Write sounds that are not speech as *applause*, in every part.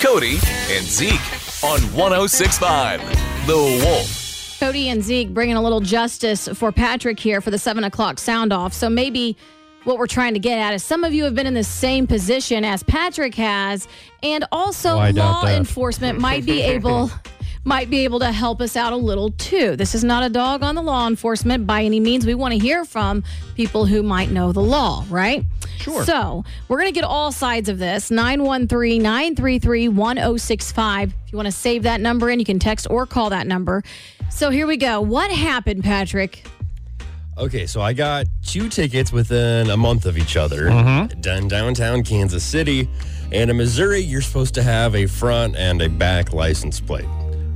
Cody and Zeke on 1065 The Wolf. Cody and Zeke bringing a little justice for Patrick here for the seven o'clock sound off. So maybe what we're trying to get at is some of you have been in the same position as Patrick has, and also Oh, I doubt law that. enforcement might be *laughs* able might be able to help us out a little too. This is not a dog on the law enforcement by any means. We want to hear from people who might know the law, right? Sure. So we're going to get all sides of this. 913 933 1065. If you want to save that number in, you can text or call that number. So here we go. What happened, Patrick? Okay, so I got two tickets within a month of each other, Mm-hmm. done downtown Kansas City, and in Missouri, you're supposed to have a front and a back license plate.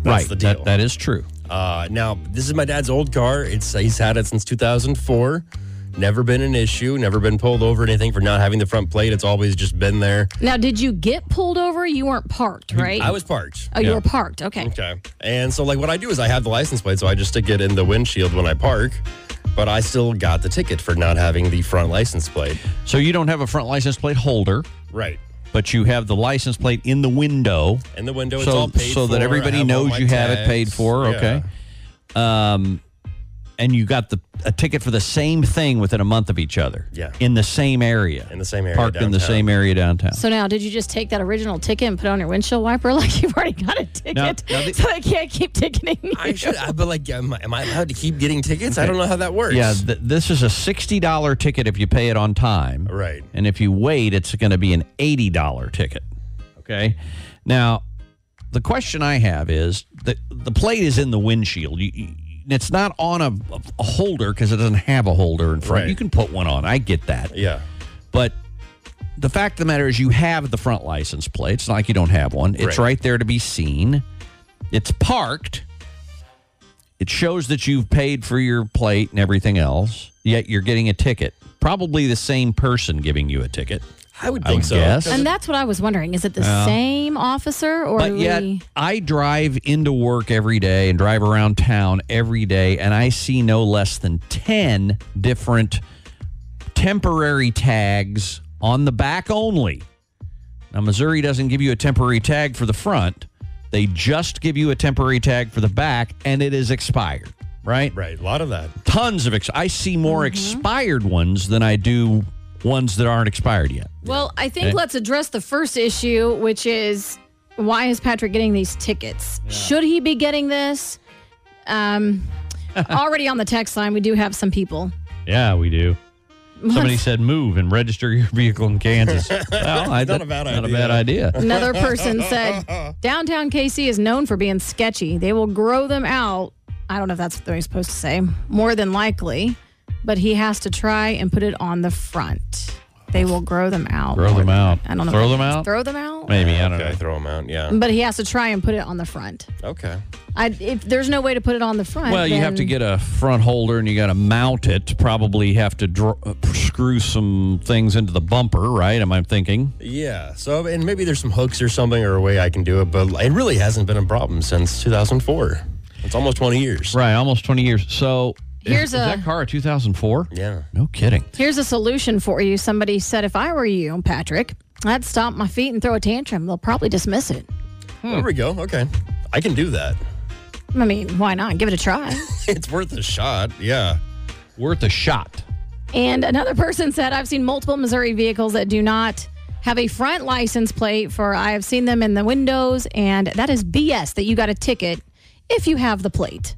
That's right. the deal. That, that is true. uh, now, this is my dad's old car. It's he's had it since 2004. Never been an issue. Never been pulled over or anything for not having the front plate. It's always just been there. Now, did you get pulled over? You weren't parked, right? I was parked. Oh, you were parked. Okay. Okay. And so, like, what I do is I have the license plate, so I just stick it in the windshield when I park. But I still got the ticket for not having the front license plate. So you don't have a front license plate holder, Right. but you have the license plate in the window. in the window. it's so all paid so for. that I everybody have all knows my you have it tags. paid for. Yeah. Okay. Um, and you got the a ticket for the same thing within a month of each other. Yeah. In the same area. In the same area Parked in the downtown. same area downtown. So now, did you just take that original ticket and put it on your windshield wiper *laughs* like you've already got a ticket, no, the- *laughs* so they can't keep ticketing you? I should, I- but like, am, I- am I allowed to keep getting tickets? I don't know how that works. yeah, th- this is a $60 ticket if you pay it on time. Right. And if you wait, it's going to be an $80 ticket. Okay. Now, the question I have is the the plate is in the windshield. You, you, it's not on a, a holder because it doesn't have a holder in front. Right. You can put one on. I get that. yeah. But the fact of the matter is, you have the front license plate. It's not like you don't have one. Right. It's right there to be seen. It's parked. It shows that you've paid for your plate and everything else, yet you're getting a ticket. Probably the same person giving you a ticket. I would I think would so. guess. And that's what I was wondering. Is it the same officer or do But yet, we- I drive into work every day and drive around town every day, and I see no less than 10 different temporary tags on the back only. Now, Missouri doesn't give you a temporary tag for the front, they just give you a temporary tag for the back, and it is expired, right? Right. A lot of that. Tons of ex- I see more expired ones than I do ones that aren't expired yet. Well, I think let's address the first issue, which is why is Patrick getting these tickets? Should he be getting this? *laughs* Um, already on the text line, we do have some people. Yeah, we do. Somebody said move and register your vehicle *laughs* in Kansas. well, I, Not a bad not a idea. bad idea. Another person *laughs* said downtown KC is known for being sketchy. They will grow them out. I don't know if that's what they're supposed to say. More than likely, but he has to try and put it on the front. They will grow them out. Throw them out. I don't know. Throw them out. Throw them out. Maybe I don't Okay. know. Throw them out. Yeah. But he has to try and put it on the front. Okay. I, if there's no way to put it on the front, Well, you have to then- get a front holder and you got to mount it. Probably have to dr- screw some things into the bumper, right? Am I thinking? Yeah. So, and maybe there's some hooks or something or a way I can do it, but it really hasn't been a problem since 2004. It's almost 20 years. Right, almost 20 years. So is- Here's is, a- that car a 2004? Yeah. No kidding. Here's a solution for you. Somebody said, if I were you, Patrick, I'd stomp my feet and throw a tantrum. They'll probably dismiss it. Hmm. There we go. Okay. I can do that. *laughs* I mean, why not? Give it a try. *laughs* It's worth a shot. Yeah. Worth a shot. and another person said, I've seen multiple Missouri vehicles that do not have a front license plate for I have seen them in the windows, and that is BS that you got a ticket if you have the plate.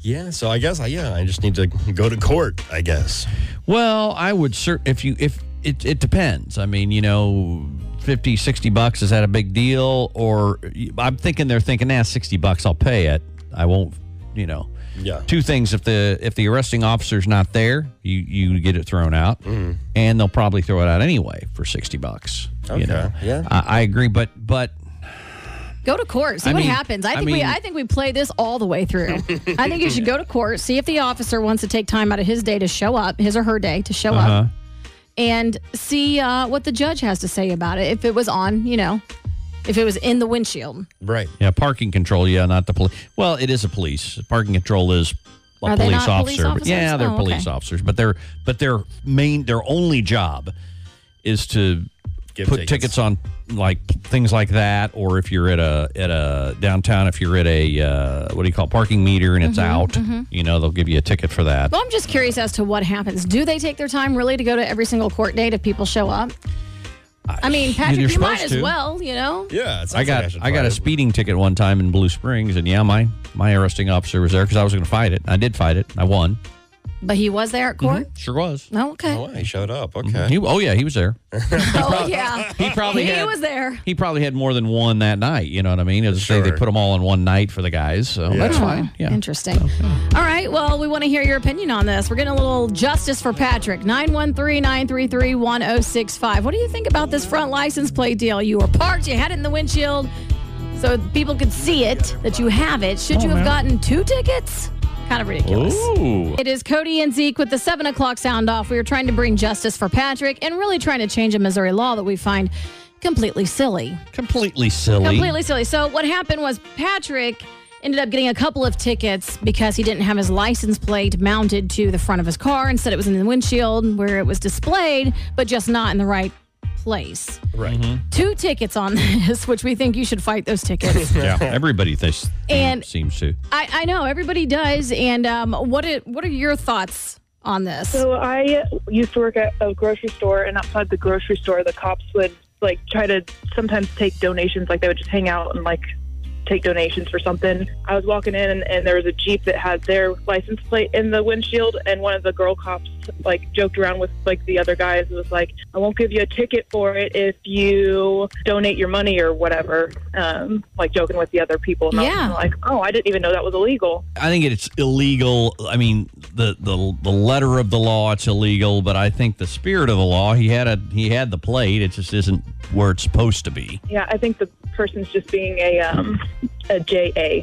Yeah. So I guess I, yeah, I just need to go to court, I guess. Well, I would cer if you if it it depends. I mean, you know, 50 60 bucks is that a big deal or I'm thinking they're thinking, "Nah, 60 bucks I'll pay it. I won't, you know." Yeah. Two things if the if the arresting officer's not there, you you get it thrown out. Mm. And they'll probably throw it out anyway for 60 bucks. Okay, You know? yeah. I, I agree, but but Go to court, see I what mean- happens. I I think we mean- I think we play this all the way *laughs* through. I think you should go to court, see if the officer wants to take time out of his day to show up, his or her day to show up, Uh-huh. and see uh, what the judge has to say about it. If it was on, you know, if it was in the windshield, Right. yeah, parking control, yeah, not the police. Well, it is a police. Parking control is a Are they police not police officer. but- yeah, officers? they're Oh, police okay. officers, but their but their main their only job is to Give put tickets. tickets. on like things like that, or if you're at a at a downtown, if you're at a uh, what do you call it, parking meter and it's out, you know they'll give you a ticket for that. Mm-hmm, Well, I'm just curious as to what happens. Do they take their time really to go to every single court date if people show up? I mean, you're Patrick, you might supposed as to. well, you know? Yeah, it sounds I like got should I got try a it. speeding ticket one time in Blue Springs, and yeah, my my arresting officer was there because I was going to fight it. I did fight it. I won. But he was there at court? Sure was. Oh, okay. Oh, he showed up. Okay. He, oh yeah, he was there. Oh, yeah. *laughs* He probably he had, was there. He probably had more than one that night. You know what I mean? It was they, Sure. they put them all in one night for the guys, so that's fine. Yeah. Hmm, Interesting. All right. Well, we want to hear your opinion on this. We're getting a little justice for Patrick. 913 933 1065. What do you think about this front license plate deal? You were parked, you had it in the windshield, so people could see it that you have it. Should you have gotten two tickets? Kind of ridiculous. Oh, Ooh. It is Cody and Zeke with the 7 o'clock sound off. We are trying to bring justice for Patrick and really trying to change a Missouri law that we find completely silly. Completely silly. Completely silly. So what happened was Patrick ended up getting a couple of tickets because he didn't have his license plate mounted to the front of his car. Instead, it was in the windshield where it was displayed, but just not in the right place. Right. Two tickets on *laughs* this, which we think you should fight those *laughs* tickets. Yeah. Everybody thinks And- seems to. I, I know everybody does. And um, what it, what are your thoughts on this? So I used to work at a grocery store, and outside the grocery store, the cops would like try to sometimes take donations. Like they would just hang out and like take donations for something. I was walking in, and, and there was a jeep that had their license plate in the windshield, and one of the girl cops like joked around with like the other guys and was like, "I won't give you a ticket for it if you donate your money or whatever." Um, like joking with the other people. And I was Yeah. like, "Oh, I didn't even know that was illegal." I think it's illegal. I mean, the, the the letter of the law, it's illegal, but I think the spirit of the law, he had a he had the plate. It just isn't where it's supposed to be. Yeah, I think the person's just being a um, a JA.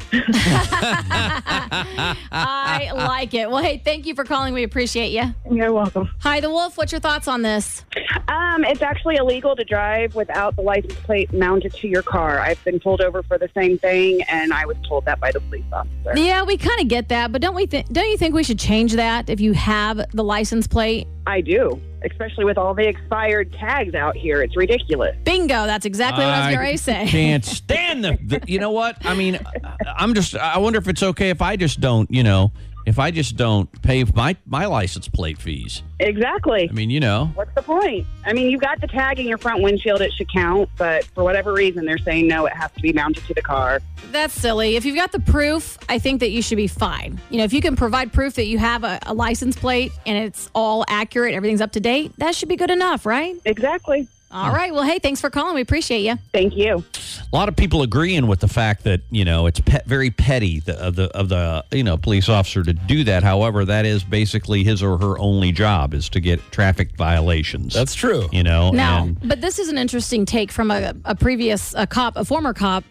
I like it. Well, hey, thank you for calling. We appreciate you. You're welcome. Hi, the Wolf. What's your thoughts on this? Um, it's actually illegal to drive without the license plate mounted to your car. I've been pulled over for the same thing, and I was told that by the police officer. Yeah, we kind of get that, but don't we? Th- don't you think we should change that if you have the license plate? I do, especially with all the expired tags out here. It's ridiculous. Bingo. That's exactly what I was going to say. Can't stand the, the. You know what? I mean, I- I'm just. I wonder if it's okay if I just don't. You know, if I just don't pay my my license plate fees. Exactly. I mean, you know. What's the point? I mean, you got the tag in your front windshield, it should count, but for whatever reason, they're saying no, it has to be mounted to the car. *laughs* That's silly. If you've got the proof, I think that you should be fine. You know, if you can provide proof that you have a, a license plate and it's all accurate, everything's up to date, that should be good enough, right? Exactly. All right. Well, hey, thanks for calling. We appreciate you. Thank you. a lot of people agreeing with the fact that you know it's pet, very petty the, of the of the you know police officer to do that. However, that is basically his or her only job is to get traffic violations. That's true. you know Now, and- but this is an interesting take from a, a previous a cop, a former cop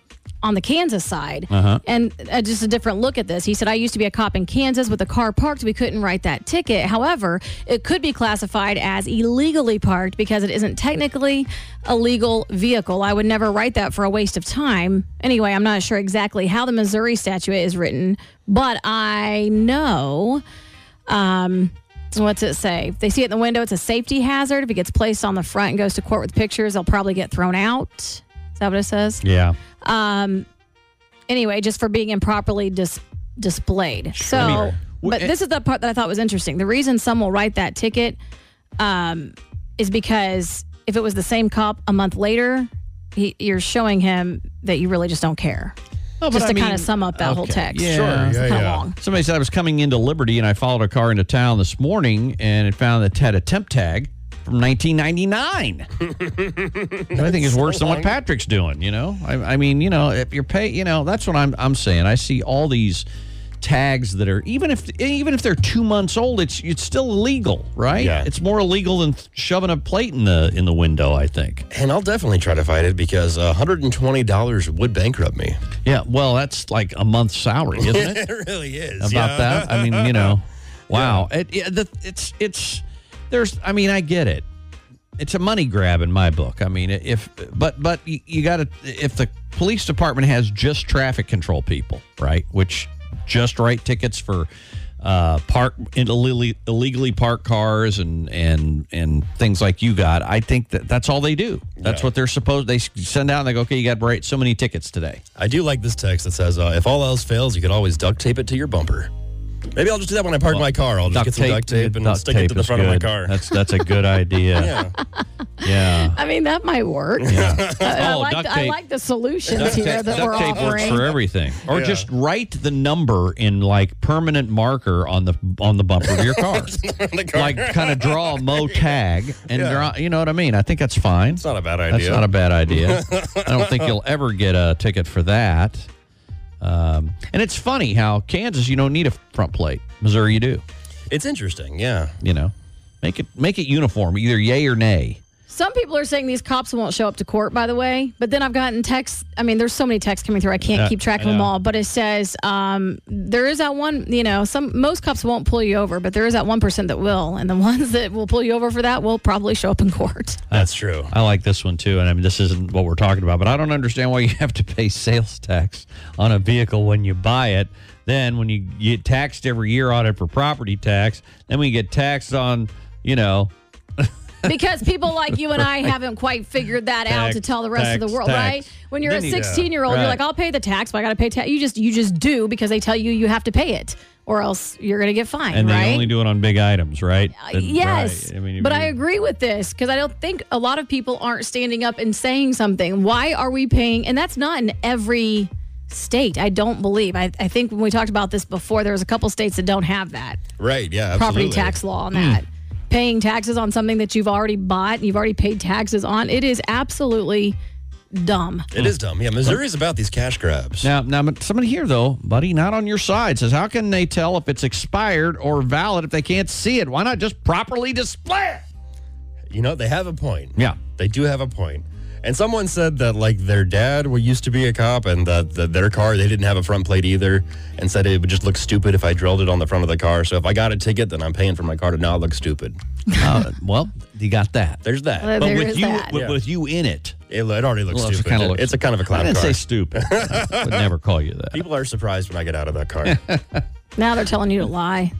on the Kansas side, and uh, just a different look at this. He said, "I used to be a cop in Kansas with a car parked. We couldn't write that ticket. However, it could be classified as illegally parked because it isn't technically a legal vehicle. I would never write that for a waste of time. Anyway, I'm not sure exactly how the Missouri statute is written, but I know." Um, what's it say? If they see it in the window, it's a safety hazard. If it gets placed on the front and goes to court with pictures, they'll probably get thrown out. Is that what it says? yeah. Um, anyway, just for being improperly dis- displayed. So, mean, wh- but this is the part that I thought was interesting. The reason some will write that ticket um, is because if it was the same cop a month later, he, you're showing him that you really just don't care. Oh, just to kind of sum up that whole okay. text. Yeah. Sure, It's yeah, kinda yeah. long. Somebody said I was coming into Liberty and I followed a car into town this morning and it found that it had a temp tag from 1999. I think it's worse than what Patrick's doing. You know, I, I mean, you know, if you're pay, you know, that's what I'm I'm saying. I see all these tags that are even if even if they're two months old, it's it's still illegal, right? Yeah. It's more illegal than shoving a plate in the in the window. I think. And I'll definitely try to fight it because uh, $120 would bankrupt me. Yeah. Well, that's like a month's salary, isn't it? really is. about that. I mean, you know, wow. It, it, the, it's it's there's. I mean, I get it. It's a money grab in my book. I mean, if but but you, you got to if the police department has just traffic control people, right? Which just write tickets for uh, park illegally, illegally park cars and and and things like you got. I think that that's all they do. That's what they're supposed. They s- send out and they go, okay, you got to write so many tickets today. I do like this text that says, uh, if all else fails, you can always duct tape it to your bumper. Maybe I'll just do that when I park my car. I'll just get some duct tape and duct stick it to tape the is front of my good. car. That's that's a *laughs* good idea. yeah. yeah. I mean, that might *laughs* work. *laughs* I, Uh, I Oh, like duct the, I tape. like the solutions Duct here tape, that we're duct tape works offering. for everything. Or Yeah. just write the number in like permanent marker on the on the bumper *laughs* of your car. the car. *laughs* like kind of draw *laughs* a mo tag and Yeah. draw, you know what I mean? I think that's fine. It's not a bad idea. That's not a bad idea. I don't *laughs* think you'll ever get a ticket for that. Um, and it's funny how Kansas you don't need a front plate. Missouri you do, it's interesting. Yeah. you know. Make it make it uniform, either yay or nay. Some people are saying these cops won't show up to court, by the way. But then I've gotten texts. I mean, there's so many texts coming through. I can't Yeah, keep track of I them know. all. But it says um, there is that one. You know, some most cops won't pull you over, but there is that one percent that will, and the *laughs* ones that will pull you over for that will probably show up in court. *laughs* That's true. I like this one too, and I mean this isn't what we're talking about, but I don't understand why you have to pay sales tax on a vehicle when you buy it. Then when you get taxed every year on it for property tax, then we get taxed on, you know, because people like you and I haven't quite figured that out Tax, to tell the rest of tax, the world, tax. right? When you're Then a you do. 16 year old, Right. you're like, I'll pay the tax, but I got to pay tax. You just you just do because they tell you you have to pay it, or else you're gonna get fined, and right? Uh, they only do it on big items, right? Then- yes, right. I mean, if but you- I agree with this because I don't think a lot of people aren't standing up and saying something. Why are we paying? And that's not in every state. I don't believe. I, I think when we talked about this before, there was a couple states that don't have that Right. Yeah. property absolutely. tax law on Mm. that. Paying taxes on something that you've already bought, you've already paid taxes on, it is absolutely dumb. It is dumb. Yeah. Missouri's about these cash grabs. Now, now, but somebody here though, buddy, not on your side, says how can they tell if it's expired or valid if they can't see it? Why not just properly display it? You know, they have a point. Yeah. They do have a point. And someone said that like their dad wa- used to be a cop and that that their car they didn't have a front plate either and said it would just look stupid if I drilled it on the front of the car. So if I got a ticket, then I'm paying for my car to not look stupid. Uh, well, you got that. There's that. Uh, but there with is you, that. With, with you in it, it, it already looks Well, it's stupid. kinda looks- it's a kind of a I clown didn't car. *laughs* say stupid. I would never call you that. People are surprised when I get out of that *laughs* car. Now they're telling you to lie.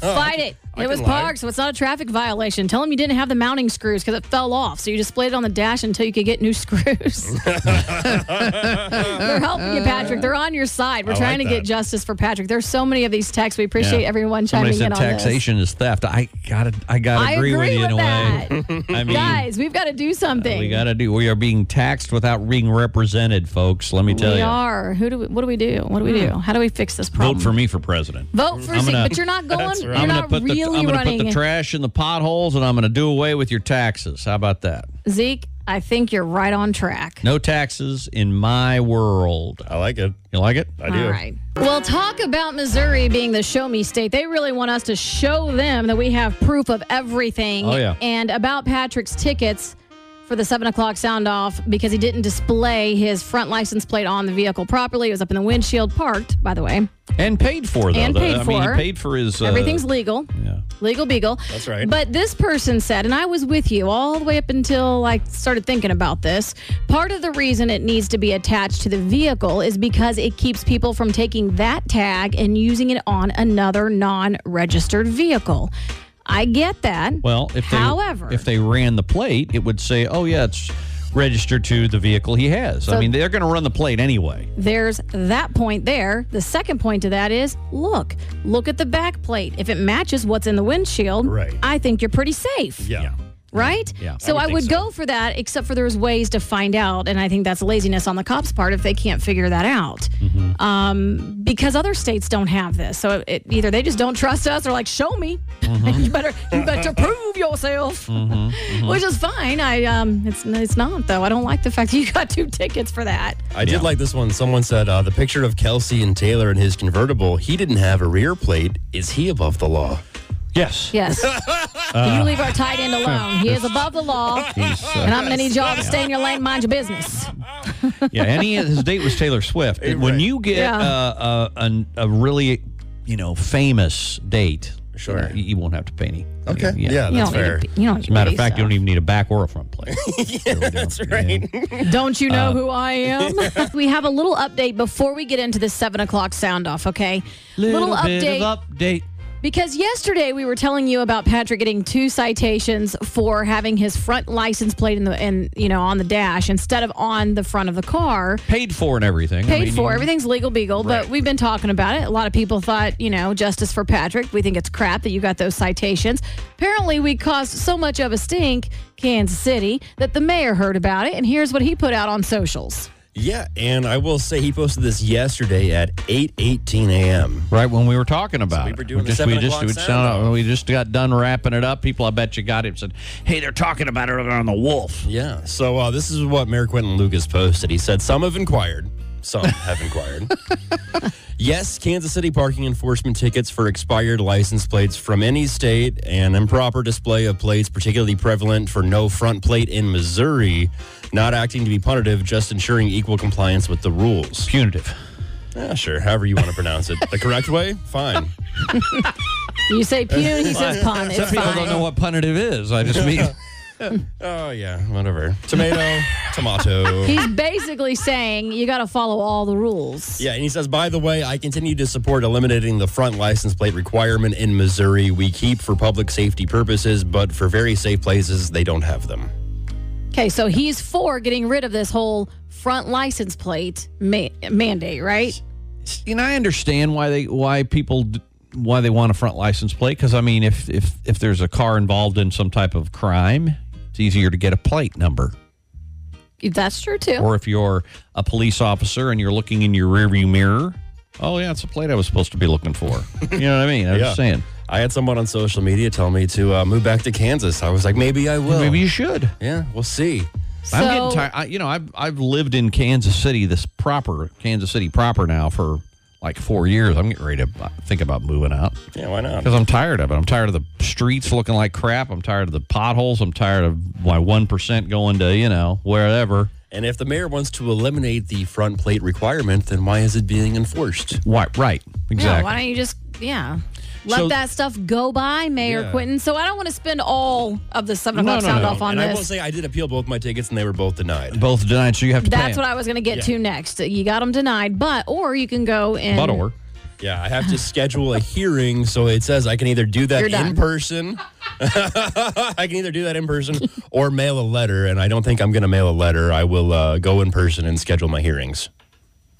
Fight it. It was can lie. parked, so it's not a traffic violation. Tell them you didn't have the mounting screws because it fell off, so you displayed it on the dash until you could get new *laughs* *laughs* screws. they're helping you, Patrick. They're on your side. We're I trying like to get that. justice for Patrick. There's so many of these texts. We appreciate Yeah. everyone Somebody chiming said in on this. taxation is theft. I gotta, I gotta I agree, with agree you in a with way. *laughs* I mean, Guys, we've got to do something. we gotta do. We are being taxed without being represented, folks. Let me tell we you. are. Who do we, what do we do? What do we do? How do we fix this problem? Vote for me for president. Vote for I'm Zeke, gonna- but you're *laughs* not going. That's You're right. I'm gonna not put really the I'm gonna running. put the trash in the potholes, and I'm gonna do away with your taxes. How about that? Zeke, I think you're right on track. No taxes in my world. I like it. You like it? I do. All right. Well, talk about Missouri being the show me state. They really want us to show them that we have proof of everything. Oh, yeah. And about Patrick's tickets for the seven o'clock sound off because he didn't display his front license plate on the vehicle properly. It was up in the windshield, parked, by the way. And paid for though. And The- paid I mean, for. he paid for his. Uh, Everything's legal. Yeah. Legal Beagle. That's right. But this person said, and I was with you all the way up until I started thinking about this. Part of the reason it needs to be attached to the vehicle is because it keeps people from taking that tag and using it on another non registered vehicle. I get that. Well, if they However- if they ran the plate, it would say, "Oh yeah, it's registered to the vehicle he has." I mean, they're going to run the plate anyway. There's that point there. The second point to that is look, look at the back plate. If it matches what's in the windshield, Right. I think you're pretty safe. Yeah. right? Yeah, So I I would would, think go for that, except for there's ways to find out, and I think that's laziness on the cops' part if they can't figure that out, Mm-hmm. um, because other states don't have this. So it, either they just don't trust us, or like, show me. *laughs* Mm-hmm. you better, you better prove yourself, which is fine. I, um, it's it's not though. I don't like the fact *laughs* that you got two tickets for that. I did like this one. Someone said uh, the picture of Kelsey and Taylor in his convertible. He didn't have a rear plate. Is he above the law? Yes. Yes, *laughs* you leave our tight end alone. He is above the *laughs* law, uh, and I'm gonna need y'all to stay in your lane, mind your business. yeah, and he, his date was Taylor Swift. When you get Yeah. uh, a, a, a really, you know, famous date Sure. You, you won't have to pay any. Okay. Yeah, You that's don't fair. Need to, you don't need As to a matter pay of fact, you yourself. don't even need a back or a front plate. that's right. Don't you Uh, know who *laughs* I am? we have a little update before we get into the seven o'clock sound off, okay? Bit of update. Because yesterday we were telling you about Patrick getting two citations for having his front license plate in the in you know on the dash instead of on the front of the car. Paid for and everything. I Paid mean, for you- everything's legal beagle, but Right. we've been talking about it. A lot of people thought, you know, justice for Patrick. We think it's crap that you got those citations. Apparently, we caused so much of a stink, Kansas City, that the mayor heard about it, and here's what he put out on socials. Yeah, and I will say he posted this yesterday at eight eighteen a.m. Right when we were talking about we it. were doing the just, seven we just, o'clock we, sound just, no, no, we just got done wrapping it up. People, I bet you got it. Said, hey, they're talking about it over on the Wolf. Yeah. So uh, this is what Mayor Quentin Lucas posted. He said, Some have inquired. Some have inquired. yes, Kansas City parking enforcement tickets for expired license plates from any state and improper display of plates, particularly prevalent for no front plate in Missouri, not acting to be punitive, just ensuring equal compliance with the rules. Punitive. Yeah, sure. However you want to pronounce it. The correct way? Fine. You say pun, *laughs* he says pun. Some It's people fine. don't know what punitive is. I just mean, Oh, yeah. Whatever. Tomato, tomato. He's basically saying you got to follow all the rules. Yeah, and he says, by the way, I continue to support eliminating the front license plate requirement in Missouri. We keep for public safety purposes, but for very safe places, they don't have them. Okay, so he's for getting rid of this whole front license plate ma- mandate, right? you know, I understand why they why people d- why they want a front license plate because I mean, if if if there's a car involved in some type of crime, it's easier to get a plate number. That's true too. Or if you're a police officer and you're looking in your rearview mirror, oh yeah, it's a plate I was supposed to be looking for. You know what I mean? I'm Yeah. just saying. I had someone on social media tell me to uh, move back to Kansas. I was like, maybe I will. Maybe you should. Yeah, we'll see. I'm So- getting tired. I, you know, I've I've lived in Kansas City, this proper Kansas City proper now for like four years. I'm getting ready to uh, think about moving out. Yeah, why not? Because I'm tired of it. I'm tired of the streets looking like crap. I'm tired of the potholes. I'm tired of my 1% going to, you know, wherever. And if the mayor wants to eliminate the front plate requirement, then why is it being enforced? Why, right. Exactly. Yeah, why don't you just yeah. Let So- that stuff go by, Mayor Yeah. Quinton. So I don't want to spend all of the seven No, o'clock no, sound no. off on and I will this. say, I did appeal both my tickets, and they were both denied. Both denied, so you have to That's pay 'em. what I was going to get to next. You got them denied, but or you can go and But or. Yeah, I have to schedule a hearing, so it says I can either do that You're in done. person. *laughs* I can either do that in person or mail a letter, and I don't think I'm going to mail a letter. I will uh, go in person and schedule my *laughs* hearings.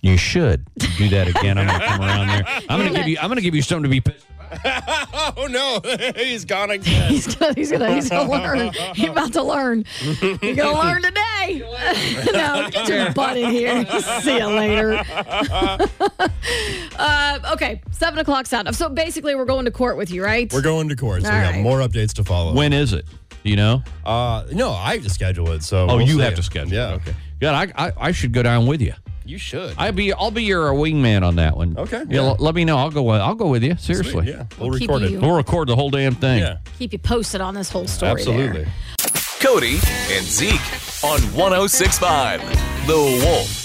You should do that again. I'm gonna come around *laughs* there. I'm gonna give you. I'm gonna give you something to be pissed. about. Oh *laughs* no, he's gone again. He's gonna, he's gonna, he's gonna learn. He's about to learn. You're gonna learn today. *laughs* no, get your butt in here. *laughs* See you later. *laughs* uh, okay, seven o'clock sound. off. So basically, we're going to court with you, right? We're going to court, so All we got right. more updates to follow. When is it? Do You know? uh, no, I have to schedule it. So Oh, we'll you see. have to schedule. Yeah, Okay. God, I, I I should go down with you. you should. I be I'll be your uh, wingman on that one. Okay, yeah. Yeah. l- Let me know. I'll go. with- I'll go with you. Seriously. Sweet, yeah, we'll Keep record it. you- We'll record the whole damn thing. Yeah, Keep you posted on this whole story. there. absolutely. oh Cody and Zeke on 1065 The Wolf.